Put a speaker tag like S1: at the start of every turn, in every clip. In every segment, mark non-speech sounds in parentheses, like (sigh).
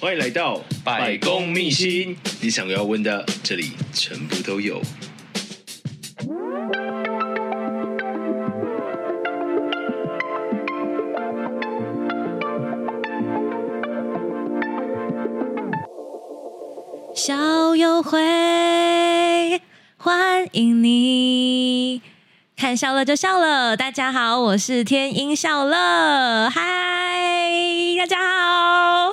S1: 欢迎来到百公秘辛，你想要问的，这里全部都有。
S2: 校友会，欢迎你！看笑了就笑了，大家好，我是天音笑乐，嗨，大家 (laughs) 好。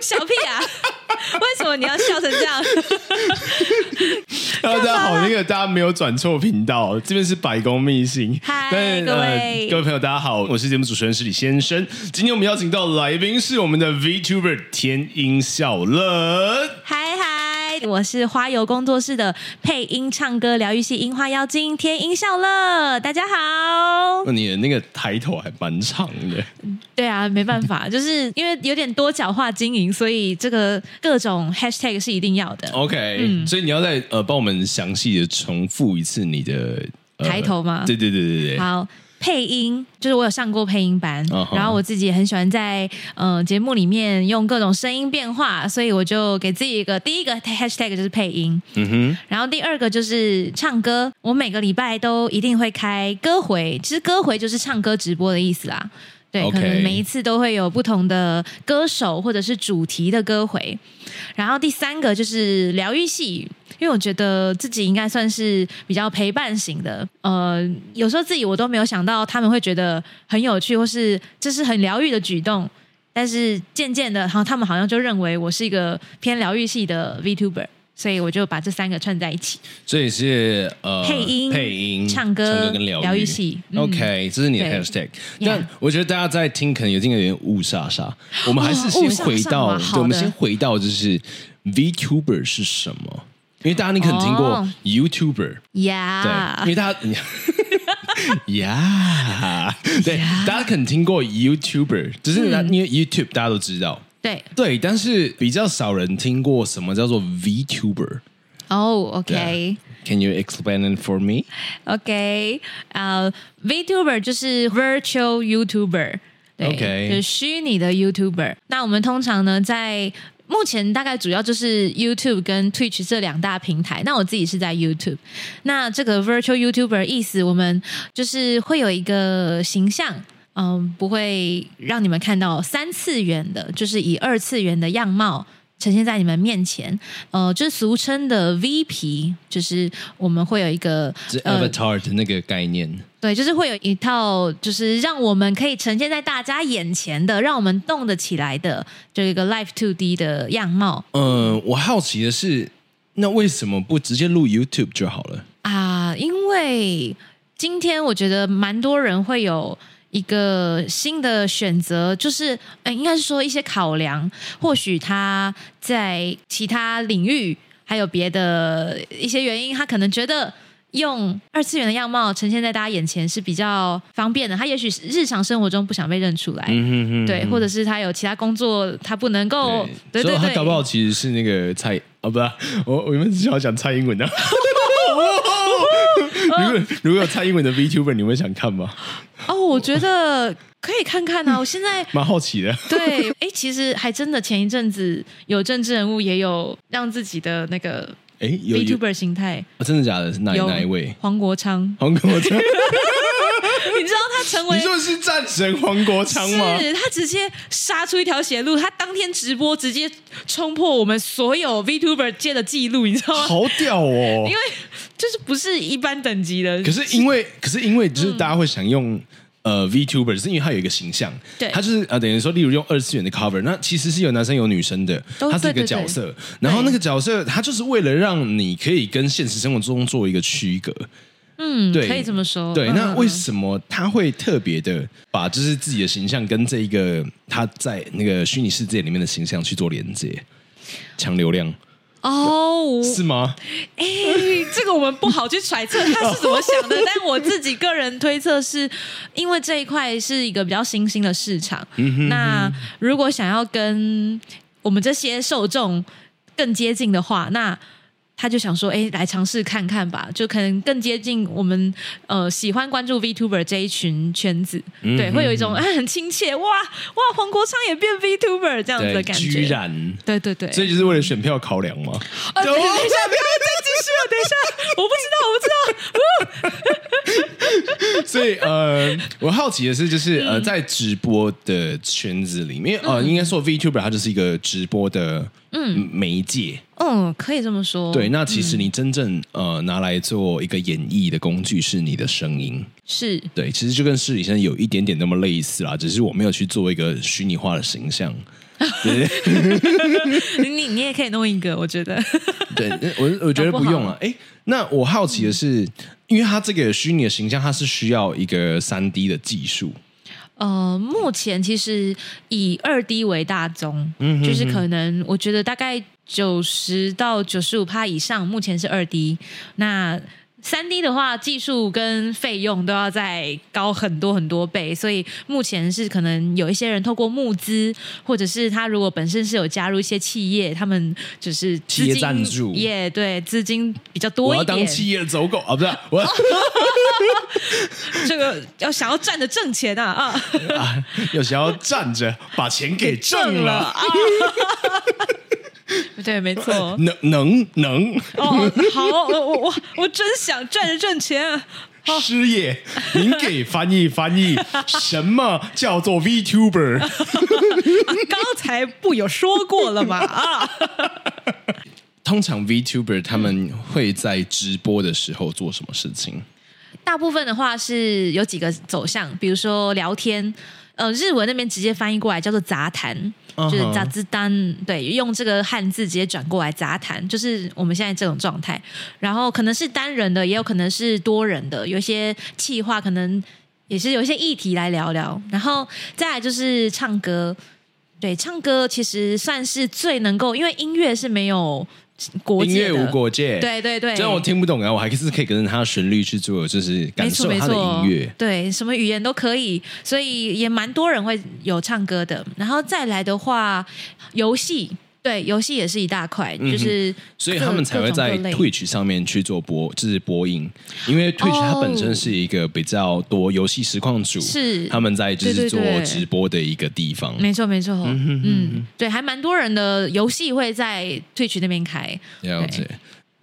S2: 小屁啊！为什么你要笑成这样？
S3: 大家好，那个大家没有转错频道，这边是百公秘辛。
S2: 嗨
S3: 但是
S2: 各位
S3: 各位朋友，大家好，我是节目主持人是李先生。今天我们邀请到的来宾是我们的 VTuber 天音小乐。
S2: 嗨嗨，我是花游工作室的配音唱歌疗愈系樱花妖精天音笑乐，大家好。
S3: 哦那你的那个抬头还蛮长的，
S2: 对啊，没办法，就是因为有点多角化经营，所以这个各种 hashtag 是一定要的。
S3: OK，、
S2: 嗯
S3: 所以你要再呃帮我们详细的重复一次你的、呃
S2: 抬头吗
S3: 对对对对对，
S2: 好，配音就是我有上过配音班
S3: 嗯哼
S2: 然后我自己也很喜欢在呃节目里面用各种声音变化，所以我就给自己一个第一个 hashtag 就是配音，
S3: 嗯
S2: 然后第二个就是唱歌。我每个礼拜都一定会开歌回，其实歌回就是唱歌直播的意思啦。对
S3: OK
S2: 可能每一次都会有不同的歌手或者是主题的歌回。然后第三个就是疗愈系，因为我觉得自己应该算是比较陪伴型的。呃，有时候自己我都没有想到他们会觉得很有趣，或是这是很疗愈的举动。但是渐渐的，然后他们好像就认为我是一个偏疗愈系的 VTuber，所以我就把这三个串在一起。
S3: 哼，所以是呃
S2: 配音
S3: 配音、
S2: 唱歌
S3: 唱歌跟疗
S2: 疗愈系嗯
S3: OK，这是你的
S2: 对
S3: hashtag，
S2: Yeah
S3: 但我觉得大家在听可能有点有点误杀杀。我们还是
S2: 哦误
S3: 先
S2: 杀
S3: 回
S2: 杀
S3: 到
S2: 嘛，好
S3: 对，我们
S2: 的
S3: 先回到就是 VTuber 是什么？因为大家你可能听过
S2: 哦啊
S3: YouTuber，
S2: 呀、
S3: 对，因为大家 (laughs) 你呀，对，大家可能听过 YouTuber，只是
S2: 嗯
S3: 那因为 YouTube 大家都知道，
S2: 对，
S3: 对，但是比较少人听过什么叫做 VTuber。
S2: 哦、o
S3: 对
S2: k
S3: Can you explain it for me？
S2: OK，呃、v t u b e r 就是 Virtual YouTuber，对
S3: OK
S2: 就是虚拟的 YouTuber。那我们通常呢，在目前大概主要就是 YouTube 跟 Twitch 这两大平台。那我自己是在 YouTube。那这个 Virtual YouTuber 意思，我们就是会有一个形象。嗯，不会让你们看到三次元的，就是以二次元的样貌呈现在你们面前。呃，就是俗称的 V 皮，就是我们会有一个
S3: 是
S2: 呃
S3: Avatar 的那个概念。
S2: 对，就是会有一套，就是让我们可以呈现在大家眼前的，让我们动得起来的，就一个 Life Two D 的样貌
S3: 嗯、我好奇的是，那为什么不直接录 YouTube 就好了？
S2: 啊。因为今天我觉得蛮多人会有一个新的选择，就是嗯，应该是说一些考量，或许他在其他领域还有别的一些原因，他可能觉得。用二次元的样貌呈现在大家眼前是比较方便的，他也许是日常生活中不想被认出来，
S3: 嗯
S2: 对，或者是他有其他工作，他不能够，哦对
S3: 所
S2: 对
S3: 以他
S2: 对，
S3: 搞不好其实是那个蔡啊，不是啊，我我原本只想要讲蔡
S2: (laughs)
S3: 英文的、 (laughs) 如果如果有蔡英文的 VTuber，你会想看吗？
S2: 哦，我觉得可以看看啊。我现在
S3: 蛮好奇的。
S2: 对，哎，其实还真的前一阵子有政治人物也有让自己的那个
S3: 哎，有有、
S2: VTuber 形态，
S3: 啊真的假的？是哪
S2: 有
S3: 哪一位？，
S2: 黄国昌
S3: (laughs) 黄
S2: (laughs)
S3: 国昌？
S2: 你知道他成为
S3: 你说的是战神黄国昌吗？
S2: 是他直接杀出一条血路，他当天直播直接冲破我们所有 VTuber 界的记录，你知道吗？
S3: 好屌哦！
S2: 因为就是不是一般等级的，
S3: 可是因为，可是因为，
S2: 嗯
S3: 就是大家会想用、呃 VTuber，是因为它有一个形象，
S2: 对
S3: 它就是呃，等于说，例如用二次元的 cover，那其实是有男生有女生的，
S2: 都
S3: 它是一
S2: 对
S3: 个
S2: 对
S3: 角
S2: 对
S3: 色，然后那个角色，它就是为了让你可以跟现实生活中做一个区隔。
S2: 嗯，
S3: 对
S2: 可以这么说。
S3: 对，
S2: 嗯
S3: 那为
S2: 嗯
S3: 什么他会特别的把就是自己的形象跟这一个他在那个虚拟世界里面的形象去做连接？强流量
S2: 哦，我
S3: 是吗？
S2: 哎、 (laughs) 这个我们不好去揣测他是怎么想的，但我自己个人推测是，因为这一块是一个比较新兴的市场，
S3: 嗯
S2: 那如果想要跟我们这些受众更接近的话，那。他就想说，哎、来尝试看看吧，就可能更接近我们呃喜欢关注 VTuber 这一群圈子，
S3: 嗯
S2: 对，会有一种、啊、很亲切，哇哇，黄国昌也变 VTuber 这样子的感觉，
S3: 居然，
S2: 对对对，
S3: 所以就是为了选票考量吗？
S2: 啊，等一下，不要再继续了。等一下，我不知道，我不知道。
S3: 所以呃，我好奇的是，就是
S2: 嗯
S3: 呃，在直播的圈子里面，呃，应该说 VTuber 它就是一个直播的嗯媒介。
S2: 嗯，可以这么说。
S3: 对，那其实
S2: 嗯
S3: 你真正呃拿来做一个演绎的工具是你的声音。
S2: 是
S3: 对，其实就跟市里生有一点点那么类似啦，只是我没有去做一个虚拟化的
S2: (laughs)
S3: 形象。
S2: 你，你也可以弄一个，我觉得。
S3: 对，我我觉得不用了。哎，那我好奇的是，
S2: 嗯
S3: 因为它这个虚拟的形象，它是需要一个三 D 的技术。
S2: 呃，目前其实以二 D 为大宗，嗯，就是可能我觉得大概九十到九十五趴以上，目前是二 D。那三 D 的话，技术跟费用都要再高很多很多倍，所以目前是可能有一些人透过募资，或者是他如果本身是有加入一些企业，他们就是资
S3: 企业
S2: 金
S3: 赞助
S2: 耶对，资金比较多
S3: 我要
S2: 一
S3: 当
S2: 点，
S3: 企业走狗啊，不是啊
S2: (laughs)
S3: 我要。
S2: 这个要想要赚的挣钱啊
S3: (laughs)
S2: 啊，
S3: 啊，有时候站着把钱
S2: (laughs)
S3: 给挣了，
S2: 啊，对，没错。
S3: 能能能
S2: (laughs) 哦，好，我我我我真想赚着挣钱。
S3: 失业，您给翻译翻译，什么叫做 VTuber？
S2: 刚才不有说过了吗？啊，
S3: 通常 VTuber 他们会在直播的时候做什么事情？
S2: 大部分的话是有几个走向，比如说聊天，呃，日文那边直接翻译过来叫做杂谈，
S3: 嗯哼
S2: 就是杂志单，对，用这个汉字直接转过来杂谈，就是我们现在这种状态。然后可能是单人的，也有可能是多人的，有一些企划可能也是有一些议题来聊聊。然后再来就是唱歌，对，唱歌其实算是最能够，因为音乐是没有国
S3: 音
S2: 界
S3: 乐
S2: 的，
S3: 无国界，。
S2: 对对对，
S3: 虽然我听不懂啊，我还是可以跟着它的旋律去做，就是感
S2: 没错
S3: 受
S2: 没
S3: 它的
S2: 错，
S3: 音乐。
S2: 对，什么语言都可以，所以也蛮多人会有唱歌的。然后再来的话，游戏，对，游戏也是一大块，
S3: 嗯
S2: 就是
S3: 所以
S2: 各
S3: 他们才会在
S2: 各种各类
S3: Twitch 上面去做播，就是播音，因为 Twitch 它本身是一个比较多游戏实况组，
S2: 是
S3: 他们在就是
S2: 对对
S3: 做
S2: 对
S3: 直播的一个地方。
S2: 没错没错，嗯，对，还蛮多人的游戏会在 Twitch 那边开，
S3: 了解。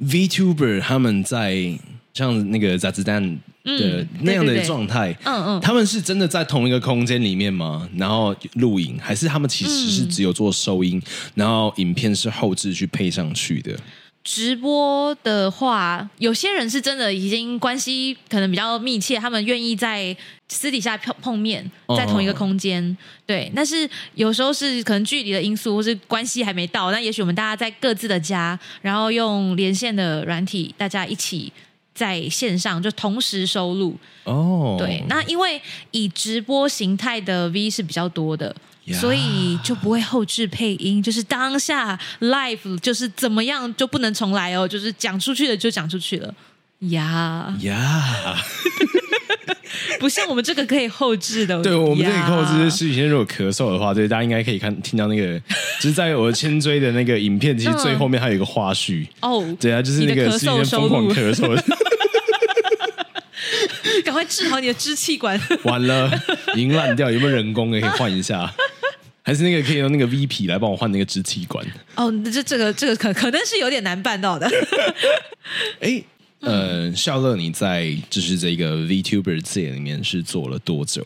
S3: VTuber 他们在像那个杂志蛋的
S2: 嗯
S3: 那样
S2: 对对
S3: 的
S2: 对
S3: 状态，
S2: 嗯嗯
S3: 他们是真的在同一个空间里面吗？然后录影，还是他们其实
S2: 嗯
S3: 是只有做收音，然后影片是后置去配上去的？
S2: 直播的话，有些人是真的已经关系可能比较密切，他们愿意在私底下碰碰面，
S3: 哦
S2: 在同一个空间。对，但是有时候是可能距离的因素，或是关系还没到，那也许我们大家在各自的家，然后用连线的软体，大家一起在线上就同时收录。
S3: 哦，
S2: 对，那因为以直播形态的 V 是比较多的。
S3: 呀
S2: 所以就不会后置配音，就是当下 live 就是怎么样就不能重来哦，就是讲出去了就讲出去了呀 (laughs)
S3: 呀
S2: 不像我们这个可以后置的。
S3: (laughs) 对我们这里
S2: 呀
S3: 控制是以前如果咳嗽的话，对大家应该可以看听到那个， (laughs) 就是在我千追的那个影片，其实最后面还有一个花絮。
S2: 哦，
S3: 对啊，就是那
S2: 嗯你
S3: 个
S2: 的咳
S3: 是以前
S2: 嗽收
S3: 疯狂
S2: 入，
S3: 咳嗽，
S2: (laughs) 赶快治好你的支气管。 (laughs)
S3: 完了， (laughs) 已经烂掉，有没有人工的可以换
S2: (laughs)
S3: 一下？还是那个可以用那个 V 皮来帮我换那个支气管？
S2: 哦，这这个这个可可能是有点难办到 (laughs) 的。
S3: 哎，呃，
S2: 嗯
S3: 笑乐，你在就是这个 VTuber 界里面是做了多久？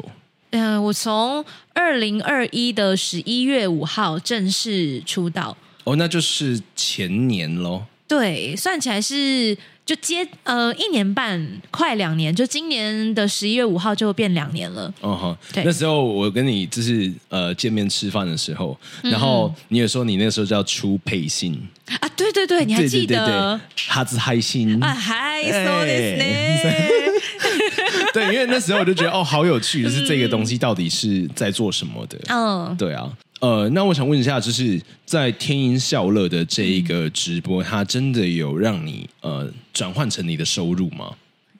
S2: 嗯、我从二零二一的十一月五号正式出道，
S3: 哦，那就是前年喽。
S2: 对，算起来是。就接呃一年半，快两年，就今年的十一月五号就变两年了。
S3: 嗯哼，
S2: 对
S3: 那时候我跟你就是呃见面吃饭的时候，
S2: 嗯
S3: 然后你也说你那时候叫出配信，
S2: 啊，对对对，你还
S3: 对
S2: 记
S3: 对对
S2: 得
S3: 对？，哎哈兹嗨心
S2: 啊，嗨，so
S3: (laughs)
S2: this
S3: 哎
S2: day。
S3: 对，因为那时候我就觉得哦，好有趣，就是这个东西到底是在做什么的？
S2: 嗯，
S3: 对啊，呃，那我想问一下，就是在天音笑乐的这一个直播，它真的有让你呃转换成你的收入吗？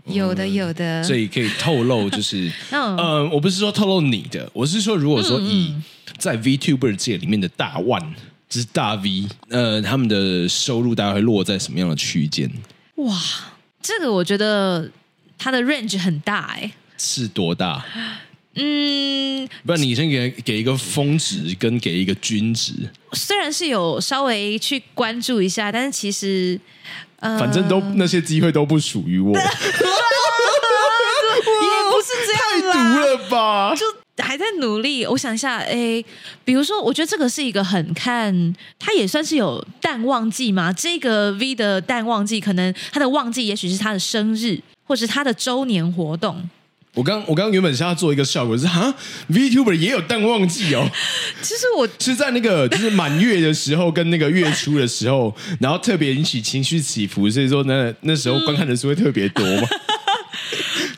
S2: 有的有的，，
S3: 嗯所以可以透露，就是
S2: 嗯
S3: 呃，我不是说透露你的，我是说，如果说以在 VTuber 界里面的大腕，就是大 V，呃，他们的收入大概会落在什么样的区间？
S2: 哇，这个我觉得它的 range 很大哎、
S3: 是多大？
S2: 嗯，
S3: 不然你先给给一个峰值跟给一个均值，
S2: 虽然是有稍微去关注一下，但是其实呃，
S3: 反正都、那些机会都不属于我，
S2: 也不是这样啦，
S3: 太毒了吧？
S2: 就还在努力。我想一下，哎，比如说，我觉得这个是一个很看，它也算是有淡旺季嘛。这个 V 的淡旺季，可能它的旺季也许是他的生日，或是他的周年活动。
S3: 我刚我刚原本是要做一个效果，是哈 VTuber 也有淡旺
S2: (laughs)
S3: 季哦，
S2: 其实我
S3: 是在那个就是满月的时候跟那个月初的时候，然后特别引起情绪起伏，所以说呢那时候
S2: 嗯
S3: 观看人数会特别多嘛。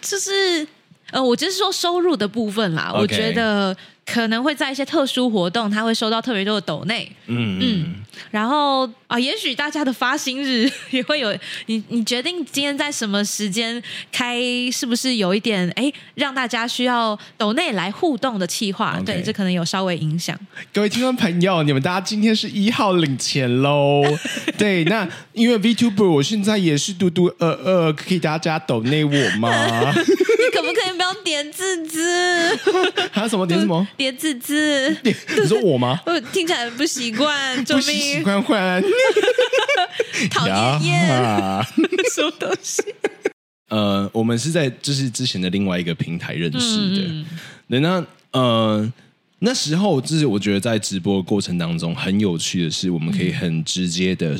S2: 就是呃，我就是说收入的部分啦
S3: OK
S2: 我觉得可能会在一些特殊活动，他会收到特别多的抖内，
S3: 嗯
S2: (laughs) 嗯，然后啊，也许大家的发薪日 (laughs) 也会有你，你决定今天在什么时间开，是不是有一点哎，让大家需要抖内来互动的企划
S3: OK
S2: 对，这可能有稍微影
S3: (laughs)
S2: 响。
S3: 各位听众朋友，你们大家今天是一号领钱喽。
S2: (laughs)
S3: 对，那因为 VTuber 我现在也是嘟嘟呃呃，可以大家抖内我
S2: (laughs)
S3: 吗？
S2: 你可不可以不要点字字？
S3: 还有什么点什么？
S2: 点字字，
S3: 点你说我吗？
S2: 我听起来很不习惯，救
S3: 不习习
S2: 命！
S3: 惯换。啊
S2: 讨厌厌，
S3: 呀
S2: 什么东西？
S3: (laughs) 呃，我们是在就是之前的另外一个平台认识的。
S2: 嗯
S3: 对，那呃，那时候就是我觉得在直播过程当中很有趣的是，我们可以很直接的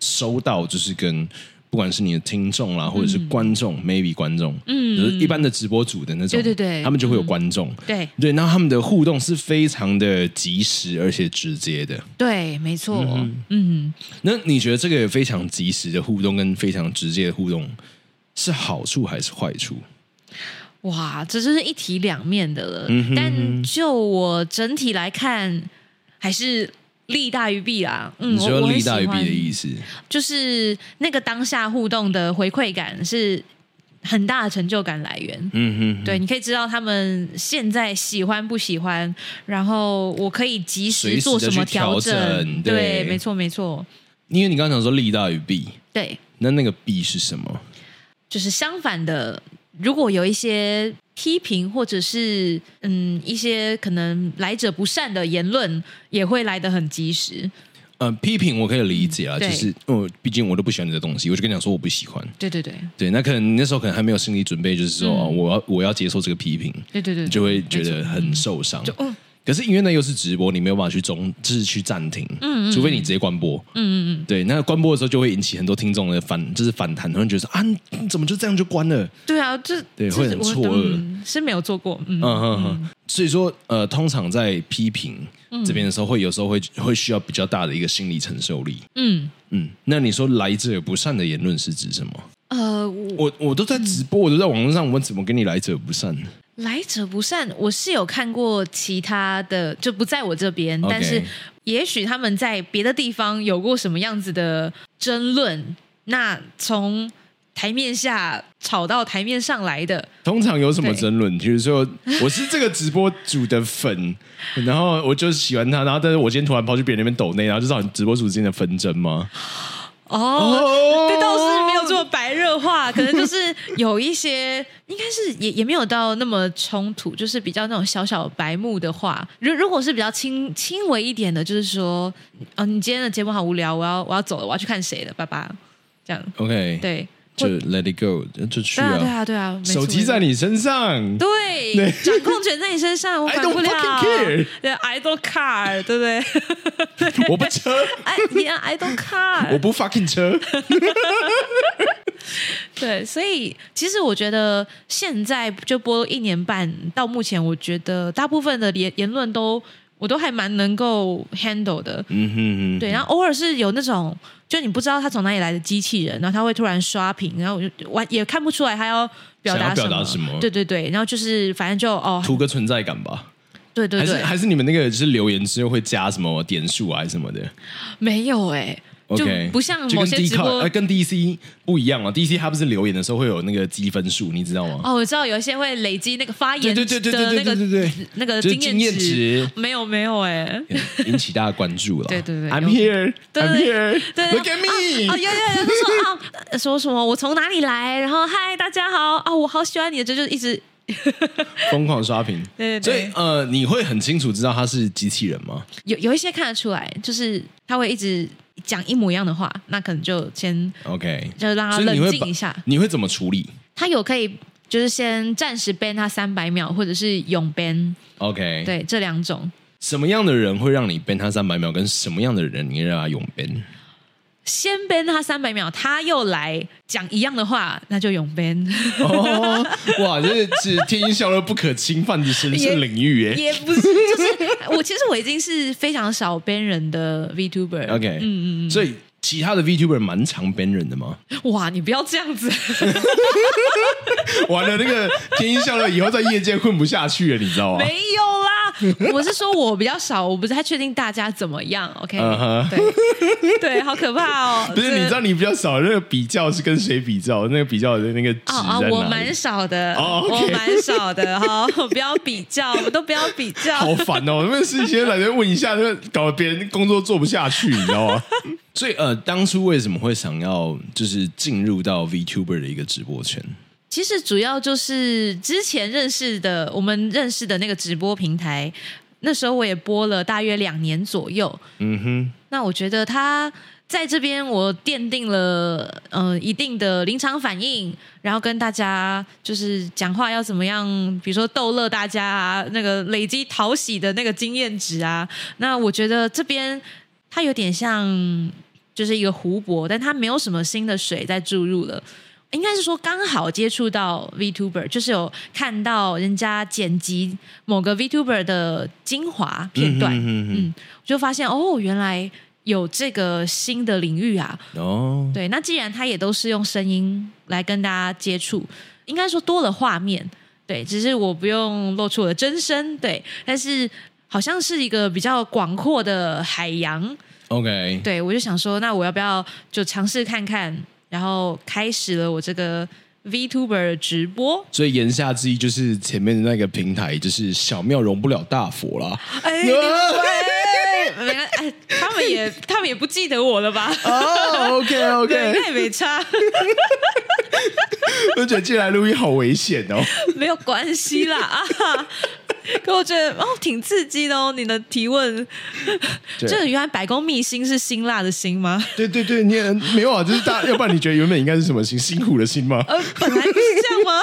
S3: 收到，就是跟不管是你的听众啦，或者是观众、m a y b e 观众，嗯，就是一般的直播组的那种，
S2: 对对对嗯
S3: 他们就会有观众，
S2: 对
S3: 对，那他们的互动是非常的及时而且直接的。
S2: 对，没错，嗯，
S3: 那你觉得这个非常及时的互动跟非常直接的互动是好处还是坏处？
S2: 哇，这就是一体两面的了。
S3: 嗯
S2: 但就我整体来看，还是利大于弊啦。嗯，
S3: 你说
S2: 我
S3: 利大于弊的
S2: 思，
S3: 意思？
S2: 就是那个当下互动的回馈感是很大的成就感来源。
S3: 嗯哼，
S2: 对，你可以知道他们现在喜欢不喜欢，然后我可以及时
S3: 随时
S2: 做
S3: 地
S2: 什么
S3: 去调
S2: 整。
S3: 整
S2: 对，
S3: 对
S2: 没错，没错，
S3: 因为你刚刚讲说利大于弊，
S2: 对。
S3: 那那个弊是什么？
S2: 就是相反的，如果有一些批评或者是嗯一些可能来者不善的言论，也会来得很及时。
S3: 呃，批评我可以理解啊，
S2: 对
S3: 就是嗯，毕竟我都不喜欢你的东西，我就跟你讲说我不喜欢。
S2: 对对对
S3: 对，那可能你那时候可能还没有心理准备，就是说、
S2: 嗯
S3: 哦，我要我要接受这个批评，
S2: 对对对，
S3: 你就会觉
S2: 没
S3: 得
S2: 错
S3: 很受伤。
S2: 就嗯
S3: 可是因为那又是直播，你没有办法去中，就是去暂停，
S2: 嗯嗯
S3: 除非你直接关播，
S2: 嗯嗯
S3: 对，那关播的时候就会引起很多听众的反，就是反弹，他们觉得说啊，你怎么就这样就关了？
S2: 嗯，对啊，这
S3: 对
S2: 这
S3: 会很
S2: 我
S3: 错愕
S2: 嗯是没有做过，嗯
S3: 嗯嗯嗯。所以说，呃，通常在批评这边的时候，会有时候会会需要比较大的一个心理承受力。
S2: 嗯
S3: 嗯，那你说来者不善的言论是指什么？
S2: 呃，我
S3: 我我都在直播，我都在网络上，我怎么跟你来者不善？
S2: 来者不善，我是有看过其他的，就不在我这边
S3: OK
S2: 但是也许他们在别的地方有过什么样子的争论，那从台面下吵到台面上来的，
S3: 通常有什么
S2: 对
S3: 争论？就是说，我是这个直播主的
S2: (laughs)
S3: 粉，然后我就喜欢他，然后但是我今天突然跑去别人那边抖内，然后就造成直播主之间的纷争吗？
S2: 哦，这倒是没有这么白热化，可能就是有一些，应该是也也没有到那么冲突，就是比较那种小小白目的话。如如果是比较轻轻微一点的，就是说，哦，你今天的节目好无聊，我要我要走了，我要去看谁的，拜拜，这样
S3: OK，，
S2: 对，
S3: 就
S2: 或
S3: Let it go，就去
S2: 对啊对啊对啊，没错
S3: 手机在。你身上，
S2: 对，掌控权在你身上，我
S3: I
S2: 管不
S3: don't
S2: 了
S3: fucking care。
S2: 对，I don't care，对不
S3: (laughs)
S2: 对？
S3: (laughs) 我不车，
S2: 哎，你 I don't care。
S3: 我不 fucking 车。
S2: 对，所以其实我觉得现在就播一年半到目前，我觉得大部分的言言论都我都还蛮能够 handle 的。
S3: 嗯哼哼，
S2: 对，然后偶尔是有那种，就你不知道他从哪里来的机器人，然后他会突然刷屏，然后我就完也看不出来他要表达
S3: 想
S2: 什
S3: 要
S2: 么，
S3: 表达什么
S2: 对对对，然后就是反正就哦，
S3: (laughs) 图个存在感吧。
S2: 对对
S3: 还是
S2: 对，
S3: 还是你们那个就是留言之后会加什么点数啊还是什么的
S2: 没有哎、就
S3: ？OK，
S2: 不像
S3: 就
S2: 某
S3: 跟
S2: 些直
S3: Dcard-
S2: 播
S3: 呃，跟 DC 不一样啊。DC 它不是留言的时候会有那个积分数，你知道吗？
S2: 哦，我知道有一些会累积那个发言
S3: 对
S2: 的
S3: 对对
S2: 那
S3: 对对对对对
S2: 个
S3: 对，
S2: 那个
S3: 就是
S2: 经
S3: 经验值
S2: 没有没有哎、欸，
S3: 引起大家关注了。
S2: (laughs) 对对对
S3: ，I'm
S2: 有
S3: here,
S2: 对
S3: I'm
S2: 对
S3: here,
S2: (laughs) 对
S3: look
S2: 对
S3: at me
S2: 啊，。有有有，就说啊，呃说什么我从哪里来，然后嗨大家好啊，我好喜欢你的，这就一直
S3: 疯狂刷屏。
S2: 对对对
S3: 所以呃，你会很清楚知道他是机器人吗？
S2: 有有一些看得出来，就是他会一直讲一模一样的话，那可能就先
S3: OK，
S2: 就让他
S3: 所以你
S2: 冷
S3: 会
S2: 静
S3: 把
S2: 一下。
S3: 你会怎么处理
S2: 他有可以就是先暂时 ban 他三百秒，或者是永 ban，
S3: ？OK，，
S2: 对这两种。
S3: 什么样的人会让你 ban 他三百秒，跟什么样的人你让他永 ban？
S2: 先 ban 他三百秒，他又来讲一样的话，那就永 ban。
S3: 哦，哇，这是天音笑乐不可侵犯的神圣领域耶。
S2: 也不是，就是我其实我已经是非常少 ban 人的 VTuber 了。
S3: OK，嗯嗯，所以其他的 VTuber 蛮常 ban 人的吗？
S2: 哇，你不要这样子，
S3: 完了，那个天音笑乐以后在业界混不下去了，你知道
S2: (laughs)
S3: 吗？
S2: 没有啦，我是说我比较少，我不太确定大家怎么 (laughs) 样。OK，、
S3: 嗯哼
S2: 对对，好可怕 (laughs) 哦。
S3: 不是，
S2: 这
S3: 你知道你比较少那个比较是跟谁比较？那个比较的那个值
S2: 哦哦
S3: 在，
S2: 我
S3: 哪里
S2: 蛮？少的，
S3: 哦，OK
S2: 我蛮少的， (laughs) 好，不要比较，我们都不要比 (laughs) 较。
S3: 好烦哦！那事先来问一下，那搞得别人工作做不下去，你知道吗？所以呃，当初为什么会想要就是进入到 VTuber 的一个直播圈？
S2: 其实主要就是之前认识的，我们认识的那个直播平台，那时候我也播了大约两年左右。
S3: 嗯哼，
S2: 那我觉得他在这边，我奠定了呃一定的临场反应，然后跟大家就是讲话要怎么样，比如说逗乐大家啊，那个累积讨喜的那个经验值啊。那我觉得这边它有点像就是一个湖泊，但它没有什么新的水在注入了。应该是说刚好接触到 VTuber，就是有看到人家剪辑某个 VTuber 的精华片段，
S3: 嗯
S2: 就发现哦，原来有这个新的领域啊。
S3: 哼，哦，
S2: 对，那既然它也都是用声音来跟大家接触，应该说多了画面，对，只是我不用露出我的真身，对，但是好像是一个比较广阔的海洋，
S3: ，OK，
S2: 对我就想说，那我要不要就尝试看看？然后开始了我这个 VTuber 直播，
S3: 所以言下之意就是前面的那个平台就是小庙容不了大佛啦。
S2: 哎，你们没关哎，他们也他们也不记得我了 (laughs) 吧？
S3: 哦，OK
S2: 对，应
S3: OK，
S2: 该也没差。
S3: 我觉得进来录音好危险哦。
S2: 没有关系啦 (laughs) 啊！可我觉得哦，挺刺激的哦。你的提问，
S3: 对
S2: 这原来百工秘辛是辛辣的辛吗？
S3: 对对对，你也没有啊，就是大，要不然你觉得原本应该是什么心辛苦的辛吗？
S2: 呃，本来不是这样 (laughs) 吗？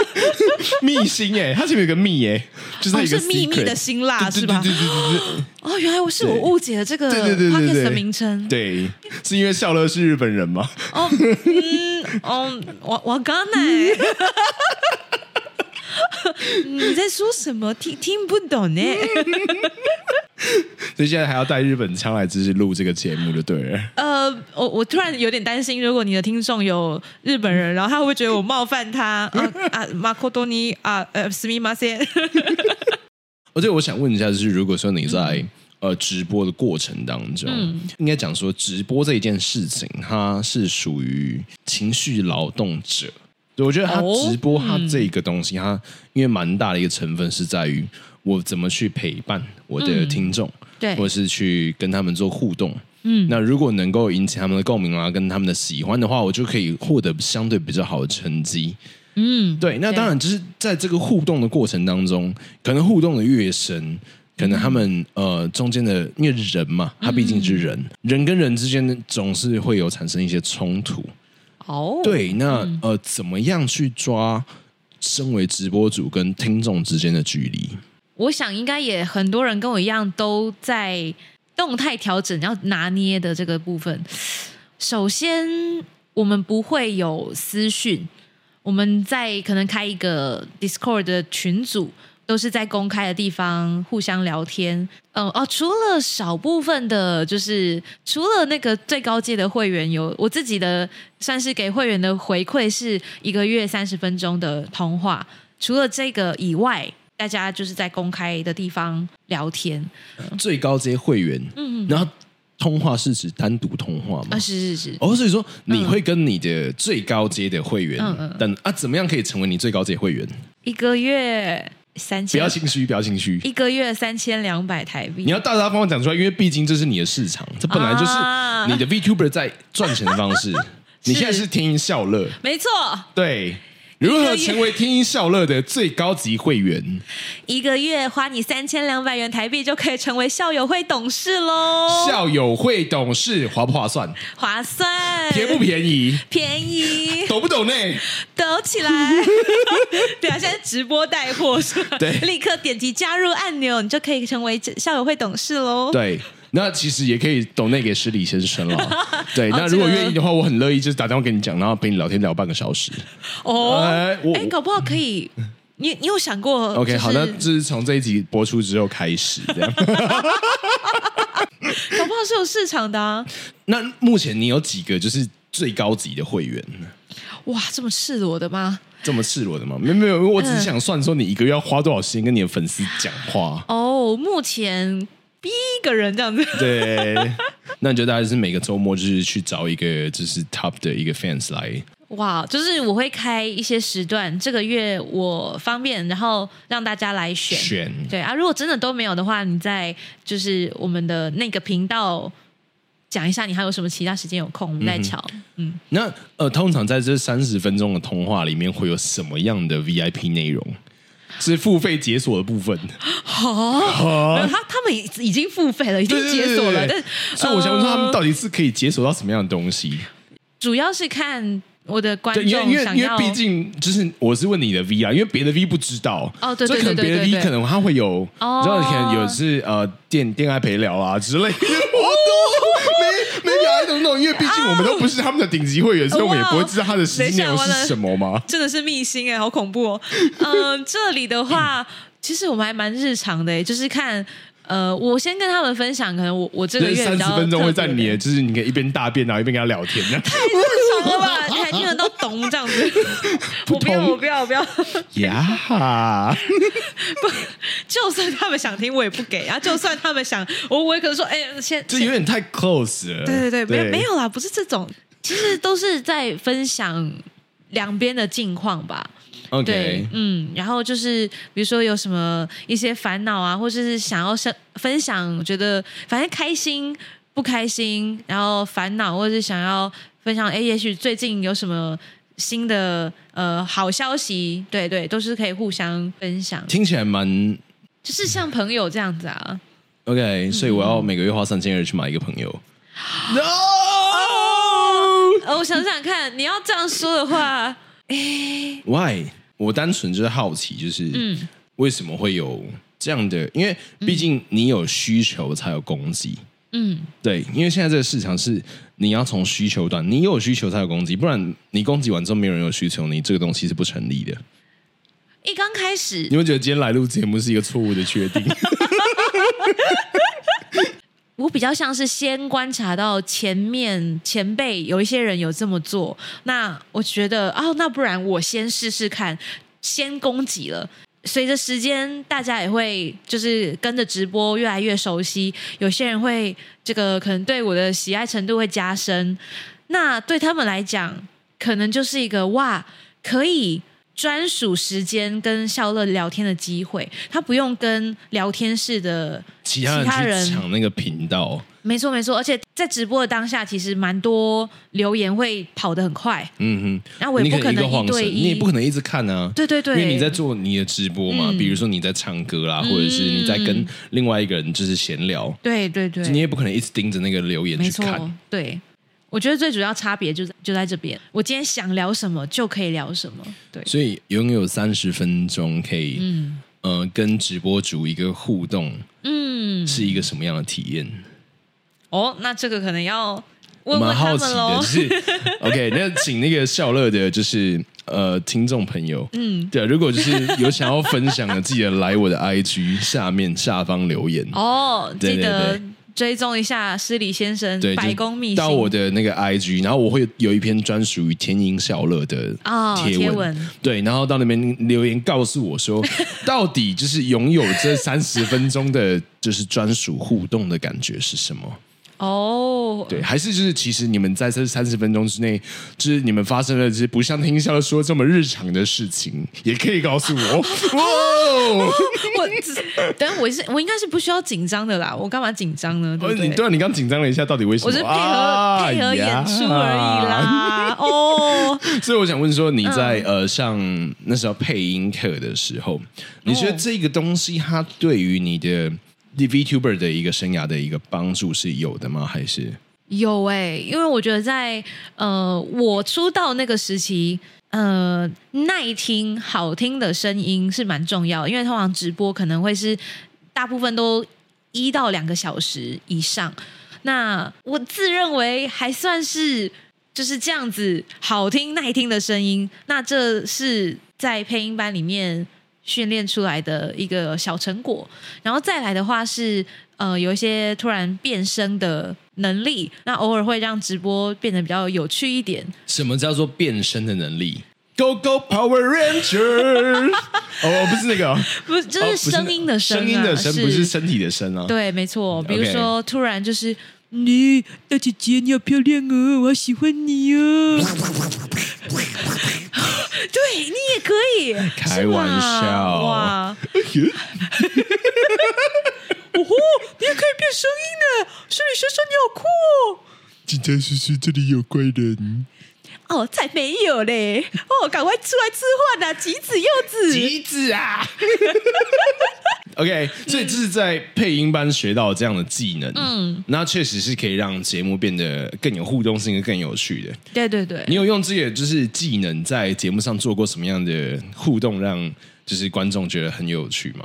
S3: 密心哎，它前面有个密哎，就是它
S2: 哦，
S3: 有一
S2: 是
S3: 个
S2: 秘密
S3: secret
S2: 的辛辣
S3: 对
S2: 是
S3: 对
S2: 吧
S3: 对？对对对对。
S2: 哦，原来我是我误解了这个
S3: 对对对对
S2: podcast
S3: 对，
S2: 的名称。
S3: 对，是因为笑乐是日本人吗？
S2: 哦，嗯，哦，我我刚 (laughs) 才。嗯你在说什么？听听不懂呢？
S3: 所以现在还要带日本腔来，就是录这个节目就对了。
S2: 呃，我我突然有点担心，如果你的听众有日本人，然后他会不会觉得我冒犯他？啊啊，马可多尼啊，呃，斯密马塞。
S3: 而且我想问一下，就是如果说你在、呃直播的过程当中，应该讲说直播这一件事情，它是属于情绪劳动者。对，我觉得它
S2: 哦
S3: 直播它这个东西，它因为蛮大的一个成分是在于我怎么去陪伴我的听众，
S2: 对
S3: 或是去跟他们做互动。
S2: 哎嗯
S3: 那如果能够引起他们的共鸣啊，跟他们的喜欢的话，我就可以获得相对比较好的成绩。
S2: 嗯，
S3: 对，那当然就是在这个互动的过程当中，可能互动的越深，可能他们、
S2: 嗯
S3: 呃中间的因为人嘛，他毕竟是人，人跟人之间总是会有产生一些冲突。
S2: 哦，，
S3: 对，那、呃，怎么样去抓身为直播主跟听众之间的距离？
S2: 我想应该也很多人跟我一样都在动态调整要拿捏的这个部分。首先，我们不会有私讯，我们在可能开一个 Discord 的群组，都是在公开的地方互相聊天。嗯哦，除了少部分的，就是除了那个最高阶的会员有，我自己的算是给会员的回馈是一个月三十分钟的通话。除了这个以外，大家就是在公开的地方聊天。
S3: 最高阶会员，嗯，然后通话是指单独通话吗
S2: 啊，？是是是，
S3: 哦，所以说你会跟你的最高阶的会员
S2: 嗯嗯嗯，
S3: 但啊，怎么样可以成为你最高阶会员？
S2: 一个月三
S3: 不
S2: 千
S3: 要，心虚，不要心虚，
S2: 一个月三千两百台币。
S3: 你要大大方方讲出来，因为毕竟这是你的市场，这本来就是
S2: 啊
S3: 你的 VTuber 在赚钱的
S2: (laughs)
S3: 方式。你现在
S2: 是
S3: 是天音笑乐，
S2: 没错，
S3: 对。如何
S2: 一个月
S3: 成为天音笑乐的最高级会员？
S2: 一个月花你三千两百元台币就可以成为校友会董事喽，
S3: 校友会董事划不划算？
S2: 划算，
S3: 便不便宜？
S2: 便宜，
S3: 懂不懂呢？
S2: 抖起
S3: (laughs)
S2: 来！对啊，现在直播带货是吧？
S3: 对
S2: 立刻点击加入按钮，你就可以成为校友会董事喽。
S3: 对，那其实也可以懂内给施礼先生了。对，
S2: 哦
S3: 那
S2: 这
S3: 如
S2: 个
S3: 果愿意的话，我很乐意，就是打电话跟你讲，然后陪你聊天聊半个小时。
S2: 哦，
S3: 哎我
S2: 哎，搞不好可以。你你有想过
S3: OK，
S2: 哦就是
S3: 好，那这是从这一集播出之后开始这样。
S2: 搞不好是有市场的啊！
S3: 那目前你有几个就是最高级的会员？
S2: 哇，这么赤裸的吗？
S3: 这么赤裸的吗？没有没有，我只是想算说你一个月要花多少时间跟你的粉丝讲
S2: (laughs)
S3: 话。
S2: 哦，目前逼一个人这样子，
S3: 对，那你就大概是每个周末就是去找一个就是 top 的一个 fans 来
S2: 哇，就是我会开一些时段，这个月我方便，然后让大家来选。
S3: 选。
S2: 对啊，如果真的都没有的话，你在就是我们的那个频道讲一下，你还有什么其他时间有空，我们再瞧。嗯，
S3: 那呃，通常在这三十分钟的通话里面会有什么样的 VIP 内容？是付费解锁的部分，
S2: 呃没有他他们已已经付费了，已经
S3: 啊对
S2: 解锁了，
S3: 对对对
S2: 但
S3: 所以我想问说，他们
S2: 呃
S3: 到底是可以解锁到什么样的东西？
S2: 主要是看我的观
S3: 对，
S2: 众
S3: 因为因为
S2: 想
S3: 因为
S2: 要
S3: 毕竟就是我是问你的 V 啊，因为别的 V 不知道
S2: 哦对对
S3: 所以可能
S2: 对对
S3: 别的
S2: 对
S3: V
S2: 对
S3: 可能他会有，
S2: 哦
S3: 然后可能有是呃恋恋爱陪聊啊之类的活
S2: 哦
S3: (laughs) 动，没没表爱懂懂，因为毕竟我们都不是他们的顶级会员，所以我们也不会知道他的实际内容
S2: 哇等一下完了
S3: 是什么嘛。
S2: 真的是秘辛哎、好恐怖哦。 (laughs) 嗯、这里的话，其实我们还蛮日常的、哎，就是看呃，我先跟他们分享，可能我我这个
S3: 这
S2: 月
S3: 三
S2: 比
S3: 十
S2: 较
S3: 分钟会
S2: 特
S3: 在
S2: 别的哎
S3: 你的，就是你可以一边大便然后一边跟他聊天，这样
S2: 太爽了吧？你还听得到咚这样子？
S3: (laughs)
S2: 我不要，我不要，我不要！ (laughs)
S3: 呀，
S2: 就算他们想听，我也不给
S3: (laughs)
S2: 啊。就算他们想，我我也可能说，哎、先
S3: 这有点太 close 了。
S2: 对对对，没有没有啦，不是这种，其实都是在分享两边的近况吧。对
S3: ，OK，，
S2: 嗯，然后就是比如说有什么一些烦恼啊，或者是想要分分享，觉得反正开心不开心，然后烦恼或者是想要分享，哎，也许最近有什么新的呃好消息，对对，都是可以互相分享，
S3: 听起来蛮
S2: 就是像朋友这样子啊。
S3: OK，所以我要每个月花三千二去买一个朋友。
S2: 呃，我想想看，你要这样说的话，哎
S3: Why？我单纯就是好奇，就是
S2: 嗯
S3: 为什么会有这样的？因为毕竟你有需求才有供给，
S2: 嗯，
S3: 对，因为现在这个市场是你要从需求端，你有需求才有供给，不然你供给完之后没有人有需求，你这个东西是不成立的。
S2: 一刚开始
S3: 你会觉得今天来录节目是一个错误的决 (laughs) 定？
S2: 我比较像是先观察到前面前辈有一些人有这么做，那我觉得哦，那不然我先试试看，先攻击了。随着时间，大家也会就是跟着直播越来越熟悉，有些人会这个可能对我的喜爱程度会加深，那对他们来讲，可能就是一个哇，可以专属时间跟笑乐聊天的机会，他不用跟聊天室的
S3: 其他人
S2: 其他人
S3: 去抢那个频道，
S2: 没错没错，而且在直播的当下，其实蛮多留言会跑得很快，
S3: 嗯哼，
S2: 然后我也
S3: 你
S2: 不
S3: 可能
S2: 能
S3: 个晃
S2: 一
S3: 神，
S2: 对一，
S3: 你也不可能一直看啊。
S2: 对对对，
S3: 因为你在做你的直播嘛，
S2: 嗯
S3: 比如说你在唱歌啦，或者是你在跟另外一个人就是闲聊，
S2: 对对
S3: 你
S2: 对，
S3: 也不可能一直盯着那个留言
S2: 没
S3: 去
S2: 错
S3: 看。，
S2: 对。我觉得最主要差别就在就在这边，我今天想聊什么就可以聊什么，对，
S3: 所以拥有三十分钟可以，
S2: 嗯
S3: 呃，跟直播主一个互动，
S2: 嗯，
S3: 是一个什么样的体验？
S2: 哦，那这个可能要
S3: 我
S2: 问
S3: 蛮
S2: 问他
S3: 好
S2: 们
S3: 奇的，
S2: 喽
S3: 就。是
S2: (laughs)
S3: OK，那请那个笑乐的，就是呃，听众朋友，嗯，对，如果就是有想要分享的，记得来我的 IG 下面下方留言。
S2: 哦，
S3: 对
S2: 记
S3: 对
S2: 得
S3: 对
S2: 追踪一下施礼先生
S3: 对，
S2: 百
S3: 就
S2: 工秘
S3: 到
S2: 辛
S3: 我的那个 IG，然后我会有一篇专属于天音笑乐的
S2: 哦
S3: 贴
S2: 贴
S3: 文，
S2: 文
S3: 对，然后到那边留言告诉
S2: (laughs)
S3: 我说，到底就是拥有这三十分钟的，就是专属互动的感觉是什么？
S2: 哦， (laughs)
S3: 对，还是就是其实你们在这三十分钟之内，就是你们发生了这些不像听笑说这么日常的事情，也可以告诉
S2: (laughs)
S3: 我。哇
S2: 我只等下我是我应该是不需要紧张的啦，我干嘛紧张呢？
S3: 哦，
S2: 对不
S3: 你对、啊、你刚紧张了一下，到底为什么？
S2: 我是配合、
S3: 啊
S2: 配合演出而已
S3: 呀
S2: 啦。嗯哦，
S3: 所以我想问说，你在、呃上那时候配音课的时候，你觉得这个东西它对于你的 VTuber 的一个生涯的一个帮助是有的吗？还是
S2: 有哎、因为我觉得在呃我出道那个时期，呃耐听好听的声音是蛮重要的，因为通常直播可能会是大部分都一到两个小时以上。那我自认为还算是就是这样子好听耐听的声音，那这是在配音班里面训练出来的一个小成果。然后再来的话是呃有一些突然变声的能力，那偶尔会让直播变得比较有趣一点。
S3: 什么叫做变身的能力？Go Go Power Ranger！
S2: (laughs)
S3: 哦，不是那个哦、
S2: 不是，
S3: 哦
S2: 就
S3: 不
S2: 是声音的声、啊
S3: 声音的声，
S2: 是
S3: 不是身体的声啊。
S2: 对，没错。比如
S3: OK
S2: 说，突然就是你大姐姐，你好漂亮哦，我好喜欢你哦。 (laughs) 对你也可以，
S3: 开
S2: 是吗
S3: 玩笑 (laughs)
S2: 哇！哦吼，你也可以变声音呢，是女先生你好酷哦。
S3: 警察叔叔，这里有怪人。
S2: 哦，才没有嘞！哦，赶快出来吃饭啊！橘子、柚子，
S3: 橘子啊 (laughs) ！OK，所以这是在配音班学到这样的技能，嗯，那确实是可以让节目变得更有互动性、更有趣的。
S2: 对对对，
S3: 你有用这个就是技能在节目上做过什么样的互动，让就是观众觉得很有趣吗？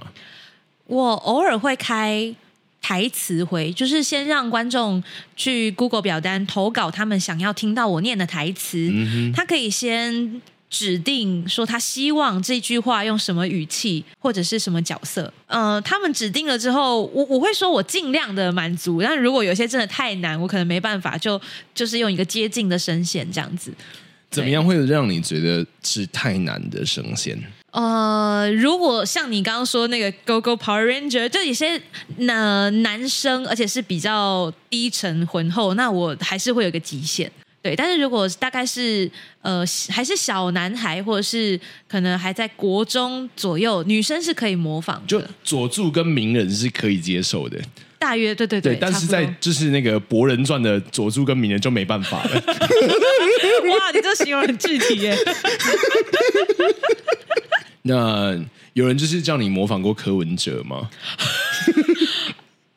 S2: 我偶尔会开台词回，就是先让观众去 Google 表单投稿他们想要听到我念的台词，他可以先。指定说他希望这句话用什么语气或者是什么角色，呃，他们指定了之后，我我会说我尽量的满足，但如果有些真的太难，我可能没办法，就就是用一个接近的声线这样子。
S3: 怎么样会让你觉得是太难的声线？
S2: 呃，如果像你刚刚说那个 Go Go Power Ranger，就有些呃男生，而且是比较低沉浑厚，那我还是会有个极限。对，但是如果大概是呃还是小男孩，或者是可能还在国中左右，女生是可以模仿
S3: 就
S2: 的，
S3: 佐助跟鸣人是可以接受的，
S2: 大约对对
S3: 对，
S2: 对，
S3: 但是
S2: 差不
S3: 在
S2: 多
S3: 就是那个《博人传》的佐助跟鸣人就没办法了。
S2: (laughs) 哇，你这形容很具体耶，
S3: 那有人就是叫你模仿过柯文哲吗？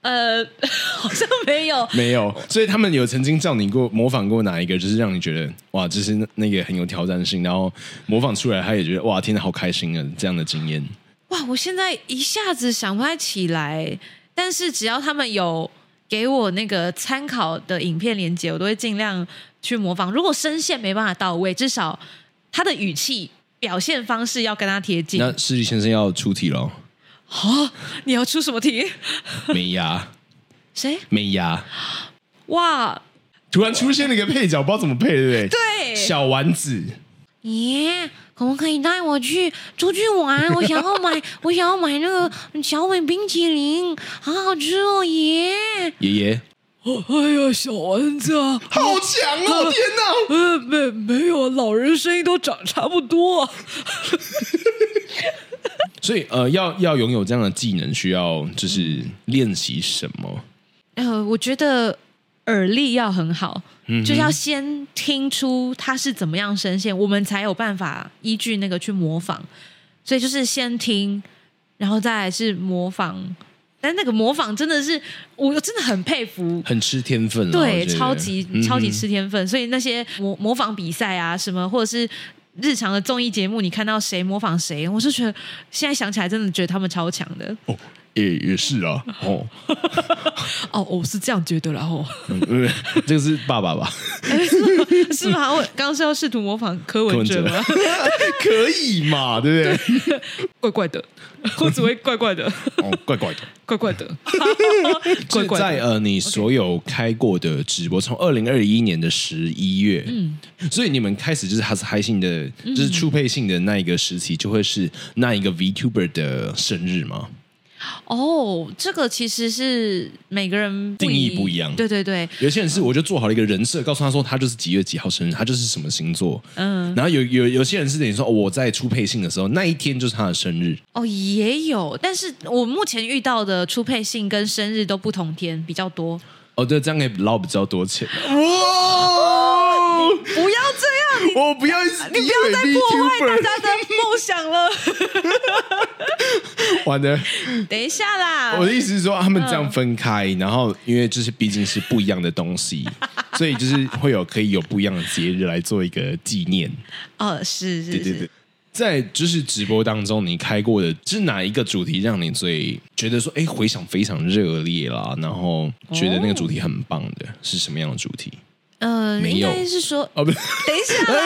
S2: 呃， (laughs) 好像没有，
S3: 没有，
S2: 哦
S3: 所以他们有曾经叫你过模仿过哪一个，就是让你觉得哇，就是那那个很有挑战性，然后模仿出来，他也觉得哇，天哪，好开心啊！这样的
S2: (laughs)
S3: 经验，
S2: 哇，我现在一下子想不太起来，但是只要他们有给我那个参考的影片连接，我都会尽量去模仿。如果声线没办法到位，至少他的语气、表现方式要跟他贴近。
S3: 那世纪先生要出题喽，
S2: 哦，你要出什么题？
S3: 美牙，
S2: 谁？
S3: 美牙，
S2: 哇，
S3: 突然出现了一个配角，不知道怎么配，对不对？
S2: 对
S3: 小丸子，
S4: 耶，可不可以带我去出去玩？我想要买，我想要买那个小美冰淇淋，好好吃哦，耶！
S3: 爷爷，
S2: 哎呀，小丸子啊，
S3: 好强哦！天哪！
S2: 呃，没没有，老人声音都长差不多。
S3: 所以呃，要要拥有这样的技能，需要
S2: 嗯
S3: 就是练习什么？
S2: 呃，我觉得耳力要很好，就是要先听出它是怎么样声线，我们才有办法依据那个去模仿。所以就是先听，然后再来是模仿。但那个模仿真的是，我真的很佩服。
S3: 很吃天分啊，我
S2: 对，
S3: 觉得
S2: 超级超级吃天分，所以那些模模仿比赛啊，什么或者是日常的综艺节目，你看到谁模仿谁，我是觉得现在想起来真的觉得他们超强的。
S3: 哦也也是啊，哦，
S2: 哦，我是这样觉得啦，哦，
S3: 嗯 (laughs) 这个是爸爸吧？
S2: (laughs) 是吗？我刚刚是要试图模仿柯
S3: 柯
S2: 文
S3: 文
S2: 哲
S3: 哲
S2: 吗？
S3: (laughs) 可以嘛，对不对？
S2: (laughs) 怪怪的，我只会怪怪的，
S3: 哦，怪怪的。
S2: 怪怪 (laughs) 的，怪
S3: 是
S2: 怪
S3: 在
S2: 的。
S3: 呃，你所有开过的直播，从二零二一年的十一月，嗯，所以你们开始就是哈斯嗨性的，就是初配性的那一个时期，就会是那一个 VTuber 的生日嘛？
S2: 哦，这个其实是每个人
S3: 定义不一样
S2: 对对对，
S3: 有些人是我就做好了一个人设，告诉他说他就是几月几号生日，他就是什么星座，
S2: 嗯，
S3: 然后有有有些人是等于说、哦我在初配信的时候那一天就是他的生日，
S2: 哦，也有，但是我目前遇到的初配信跟生日都不同天比较多。
S3: 哦对，这样可以捞比较多钱。哇！
S2: 不要这样，
S3: 我不要，你
S2: 你你不要再破坏大家的梦想了。
S3: 完了。
S2: 嗯等一下啦，
S3: (laughs) 我的意思是说，他们这样分开，然后因为就是毕竟是不一样的东
S2: (laughs)
S3: 西，所以就是会有可以有不一样的节日来做一个纪念。
S2: 哦，是是
S3: 对
S2: 是，
S3: 对对，在就是直播当中，你开过的是哪一个主题让你最觉得说，哎，回响非常热烈啦，然后觉得那
S2: 哦
S3: 个主题很棒的是什么样的主题？
S2: 嗯、
S3: 没
S2: 应
S3: 有
S2: 该是说，
S3: 哦，不是，
S2: 等一下啦，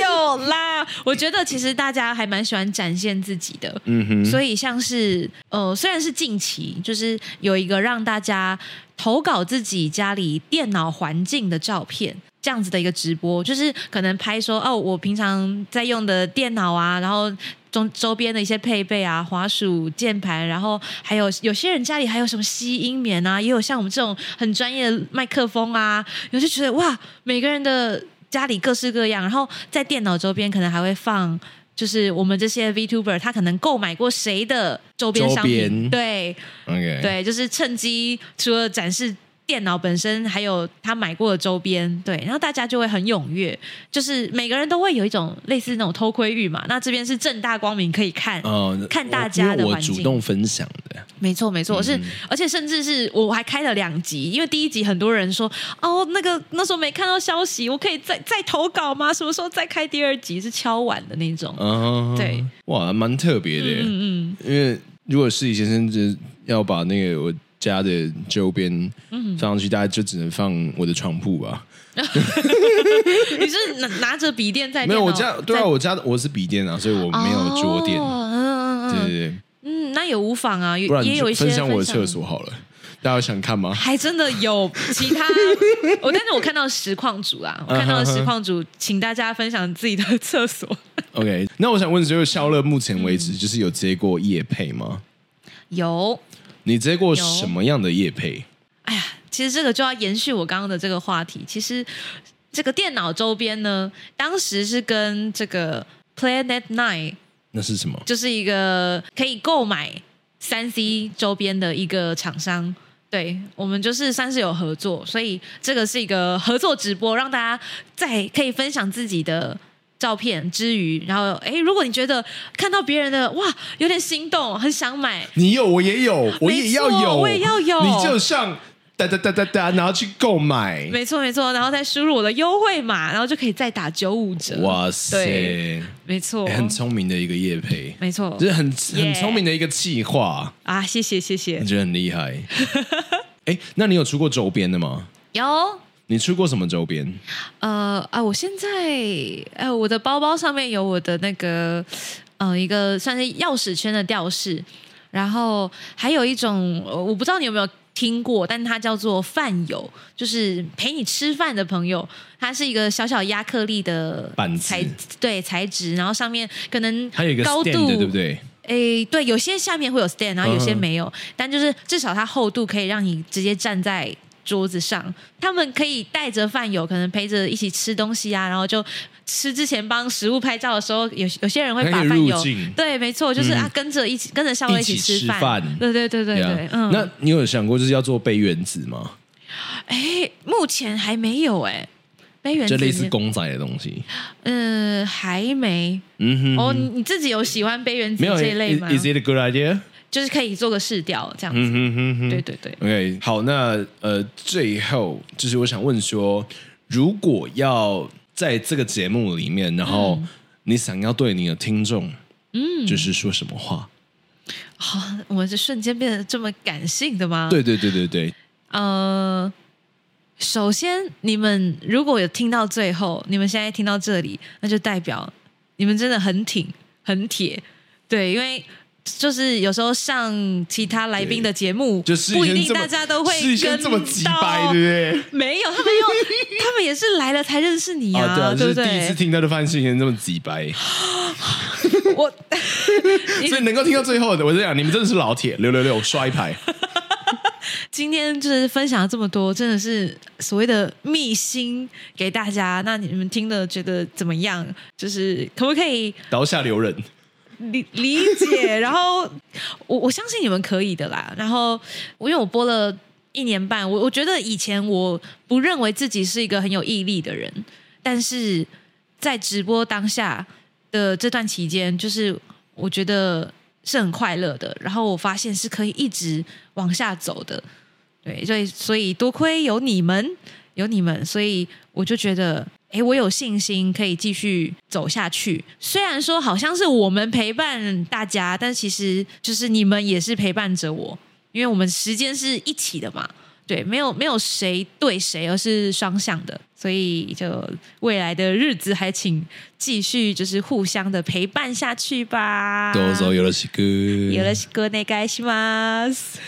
S2: 有啦。我觉得其实大家还蛮喜欢展现自己的，
S3: 嗯哼，
S2: 所以像是呃，虽然是近期，就是有一个让大家投稿自己家里电脑环境的照片。这样子的一个直播，就是可能拍说哦，我平常在用的电脑啊，然后周周边的一些配备啊，滑鼠、键盘，然后还有有些人家里还有什么吸音棉啊，也有像我们这种很专业的麦克风啊，我就觉得哇，每个人的家里各式各样，然后在电脑周边可能还会放。就是我们这些 VTuber，他可能购买过谁的周边商
S3: 周
S2: 品？
S3: 边
S2: 对
S3: OK，，
S2: 对，就是趁机除了展示电脑本身，还有他买过的周边。对，然后大家就会很踊跃，就是每个人都会有一种类似那种偷窥欲嘛。那这边是正大光明可以看，
S3: 嗯
S2: 看大家的
S3: 我
S2: 环境
S3: 主动分享的，
S2: 没错，
S3: 嗯
S2: 没错，我是，而且甚至是我还开了两集，因为第一集很多人说，哦，那个那时候没看到消息，我可以再再投稿吗？什么时候再开第二集？是敲碗的那
S3: (laughs)
S2: 种。
S3: 嗯，
S2: 对，
S3: 哇，蛮特别的耶。
S2: 嗯嗯，
S3: 因为如果是以前甚至要把那个我家的周边
S2: 嗯
S3: 放上去，大家就只能放我的床铺吧。
S2: 你是拿拿着笔电在
S3: 没有
S2: 电
S3: 我
S2: 脑
S3: 家，对啊，
S2: 在
S3: 我家我是笔电啊，所以我没有桌垫。
S2: 哦嗯
S3: 对
S2: 嗯嗯，
S3: 对对，
S2: 嗯，那也无妨啊，也
S3: 不然
S2: 也
S3: 你
S2: 有
S3: 就
S2: 一些
S3: 分享我的
S2: 分享
S3: 厕所好了。大家想
S2: (laughs)
S3: 看吗？
S2: 还真的有其
S3: (laughs)
S2: 他，我、但是我看到实况组啊，我看到实况组，请大家分享自己的厕所。
S3: 嗯 OK，那我想问，就是肖乐目前为
S2: 嗯
S3: 止就是有接过夜配吗？
S2: 有，
S3: 你接过
S2: 有
S3: 什么样的夜配？
S2: 哎呀，其实这个就要延续我刚刚的这个话题。其实这个电脑周边呢，当时是跟这个 Planet Nine
S3: 那是什么？
S2: 就是一个可以购买三 C 周边的一个厂商。对我们就是算是有合作，所以这个是一个合作直播，让大家在可以分享自己的照片之余，然后诶，如果你觉得看到别人的哇，有点心动，很想买，
S3: 你有，我也有，我也要有，
S2: 我也要有
S3: 你就上哒哒哒哒哒，然后去购买。
S2: 没错没错，然后再输入我的优惠码，然后就可以再打九五折。
S3: 哇塞
S2: 对，！没错，
S3: 欸很聪明的一个叶培，
S2: 没错
S3: 就是很很
S2: Yeah
S3: 聪明的一个企划，
S2: 啊！谢谢谢谢
S3: 我，觉得很厉害。
S2: (laughs)
S3: 哎、那你有出过周边的吗？
S2: 有
S3: 你出过什么周边？
S2: 呃啊，我现在哎、我的包包上面有我的那个呃一个算是钥匙圈的吊饰，然后还有一种呃我不知道你有没有听过，但它叫做饭友，就是陪你吃饭的朋友，它是一个小小亚克力的
S3: 板子
S2: 材对材质，然后上面可能
S3: 还有一个
S2: 高
S3: stand
S2: 度
S3: 的，对不对？
S2: 诶，对，有些下面会有 stand，然后有些
S3: 嗯哼
S2: 没有，但就是至少它厚度可以让你直接站在桌子上。他们可以带着饭友，可能陪着一起吃东西啊，然后就吃之前帮食物拍照的时候，有有些人会
S3: 还可
S2: 把
S3: 以
S2: 饭友
S3: 哎入境
S2: 对，没错，就是、
S3: 嗯
S2: 啊跟着一起跟着校尉
S3: 一起
S2: 吃
S3: 吃
S2: 饭，
S3: 饭
S2: 对对对对对
S3: Yeah
S2: 嗯，
S3: 那你有想过就是要做杯原子吗？
S2: 哎，目前还没有哎、杯原
S3: 就
S2: 子
S3: 类似
S2: 面
S3: 公仔的东西。
S2: 嗯、还没、
S3: 嗯哼，
S2: 哦，你你自己有喜欢杯原子
S3: 没有
S2: 这一类吗？
S3: i s it a good idea？
S2: 就是可以做个试调这样子，
S3: 嗯哼哼哼，
S2: 对对对。
S3: OK，好，那呃，最后就是我想问说，如果要在这个节
S2: 嗯
S3: 目里面，然后你想要对你的听众，嗯，就是说什么话？
S2: 好、 (laughs) 我是瞬间变得这么感性的吗？
S3: 对对对对对，
S2: 呃，首先，你们如果有听到最后，你们现在听到这里，那就代表你们真的很挺、很铁，对，因为。就是有时候上其他来宾的节目，
S3: 就事
S2: 不一
S3: 先
S2: 定
S3: 这么
S2: 大家都会
S3: 事
S2: 跟
S3: 先这么急掰，
S2: 到
S3: 对
S2: (laughs)
S3: 不
S2: 没有，他们又他们也是来了才认识你
S3: 对？
S2: 啊，
S3: 啊，对啊，就
S2: 不
S3: 是第一次
S2: 对？
S3: 听到就发现事先这么急掰， (laughs)
S2: 我 (laughs) 你
S3: 所以能够听到最后的，我在讲你们真的是老铁，六六六刷一排，
S2: 啊今天就是分享了这么多，真的是所谓的秘辛给大家。那你们听了觉得怎么样？就是可不可以
S3: 刀下留人，
S2: 理理解？然后我我相信你们可以的啦。然后我因为我播了一年半，我我觉得以前我不认为自己是一个很有毅力的人，但是在直播当下的这段期间，就是我觉得是很快乐的。然后我发现是可以一直往下走的。对，所以所以多亏有你们，有你们，所以我就觉得，哎，我有信心可以继续走下去。虽然说好像是我们陪伴大家，但其实就是你们也是陪伴着我，因为我们时间是一起的嘛。对，没有没有谁对谁，而是双向的，所以就未来的日子还请继续就是互相的陪伴下去吧。
S3: 有了西哥，
S2: 有了哥内该します。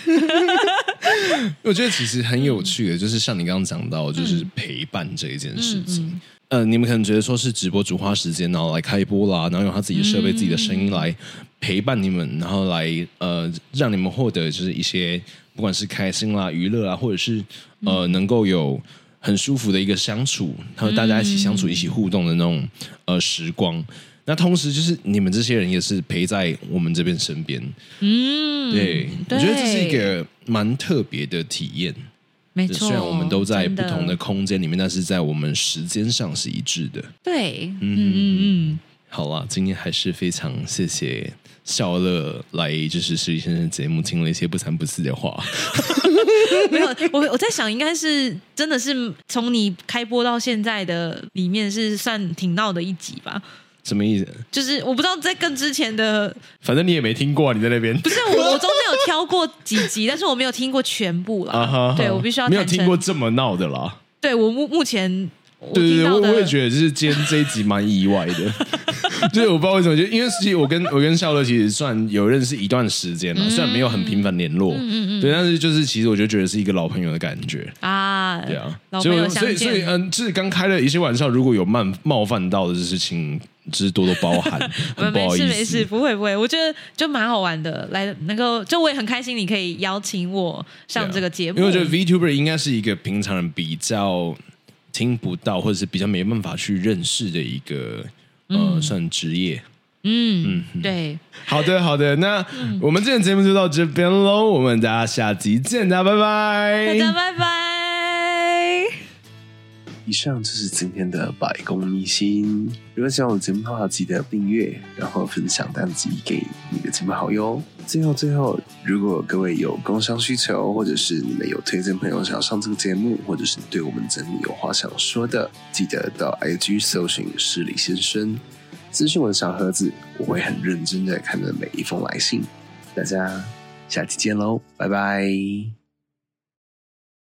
S3: 我觉得其实很有趣的，就是像你刚刚讲到，就是陪伴这一件事情。嗯你们可能觉得说是直播主花时间，然后来开播啦，然后用他自己的设备、自己的声音来陪伴你们，然后来呃让你们获得就是一些不管是开心啦、娱乐啦，啊或者是
S2: 嗯
S3: 呃能够有很舒服的一个相处，还有大家一起相处、一起互动的那种呃时光。那同时就是你们这些人也是陪在我们这边身边，
S2: 嗯，
S3: 对，我觉得这是一
S2: 对
S3: 个蛮特别的体验。
S2: 没错，
S3: 虽然我们都在不同
S2: 真
S3: 的空间里面，但是在我们时间上是一致的。
S2: 对，嗯嗯嗯，
S3: 好啦，今天还是非常谢谢笑乐来，就是实习先生节目听了一些不三不四的 (laughs) 话。
S2: 没有，我我在想，应该是真的是从你开播到现在的里面是算挺闹的一集吧，
S3: 什么意思？
S2: 就是我不知道在更之前的，
S3: 反正你也没听过啊、你在那边
S2: 不是我我中间有挑过几集，但是我没有听过全部啦。
S3: 啊哈，
S2: 对我必须要
S3: 没有
S2: 坦诚
S3: 听过，这么闹的啦。
S2: 对我目目前我
S3: 对对
S2: 听
S3: 对，
S2: 到
S3: 我
S2: 的，
S3: 我也觉得就是今天这一集蛮意
S2: (laughs)
S3: 外的，就是我不知道为什么，就因为其实我跟我跟笑乐其实算有认识一段时间了，
S2: 嗯
S3: 虽然没有很频繁联络，嗯嗯对，但是就是其实我就觉得是一个老朋友的感觉，
S2: 啊，
S3: 对啊，
S2: 老
S3: 所
S2: 朋
S3: 以
S2: 友
S3: 我所
S2: 相
S3: 以所以
S2: 见，
S3: 嗯，就是刚开了一些玩笑，如果有冒冒犯到的，就是请就是多多包
S2: (laughs)
S3: 涵，很不
S2: 没
S3: 好意
S2: 事
S3: 思，
S2: 没事，不会不会，我觉得就蛮好玩的，来能够就我也很开心，你可以邀请我上这个节目，
S3: 啊因为我觉得 VTuber 应该是一个平常人比较听不到，或者是比较没办法去认识的一个呃，算职业。
S2: 嗯，对，
S3: 好的，好的，那
S2: 嗯
S3: 我们今天节目就到这边喽，我们大家下集见，大家拜
S2: 大
S3: 拜，
S2: 家拜拜。
S5: 以上就是今天的百工秘辛。如果喜欢我节目的话，记得订阅，然后分享单集给你的亲朋好友哦。最后，最后，如果各位有工商需求，或者是你们有推荐朋友想要上这个节目，或者是对我们节目有话想说的，记得到 IG 搜寻“失礼先生”，咨询我的小盒子，我会很认真的看着每一封来信。大家下期见喽，拜拜。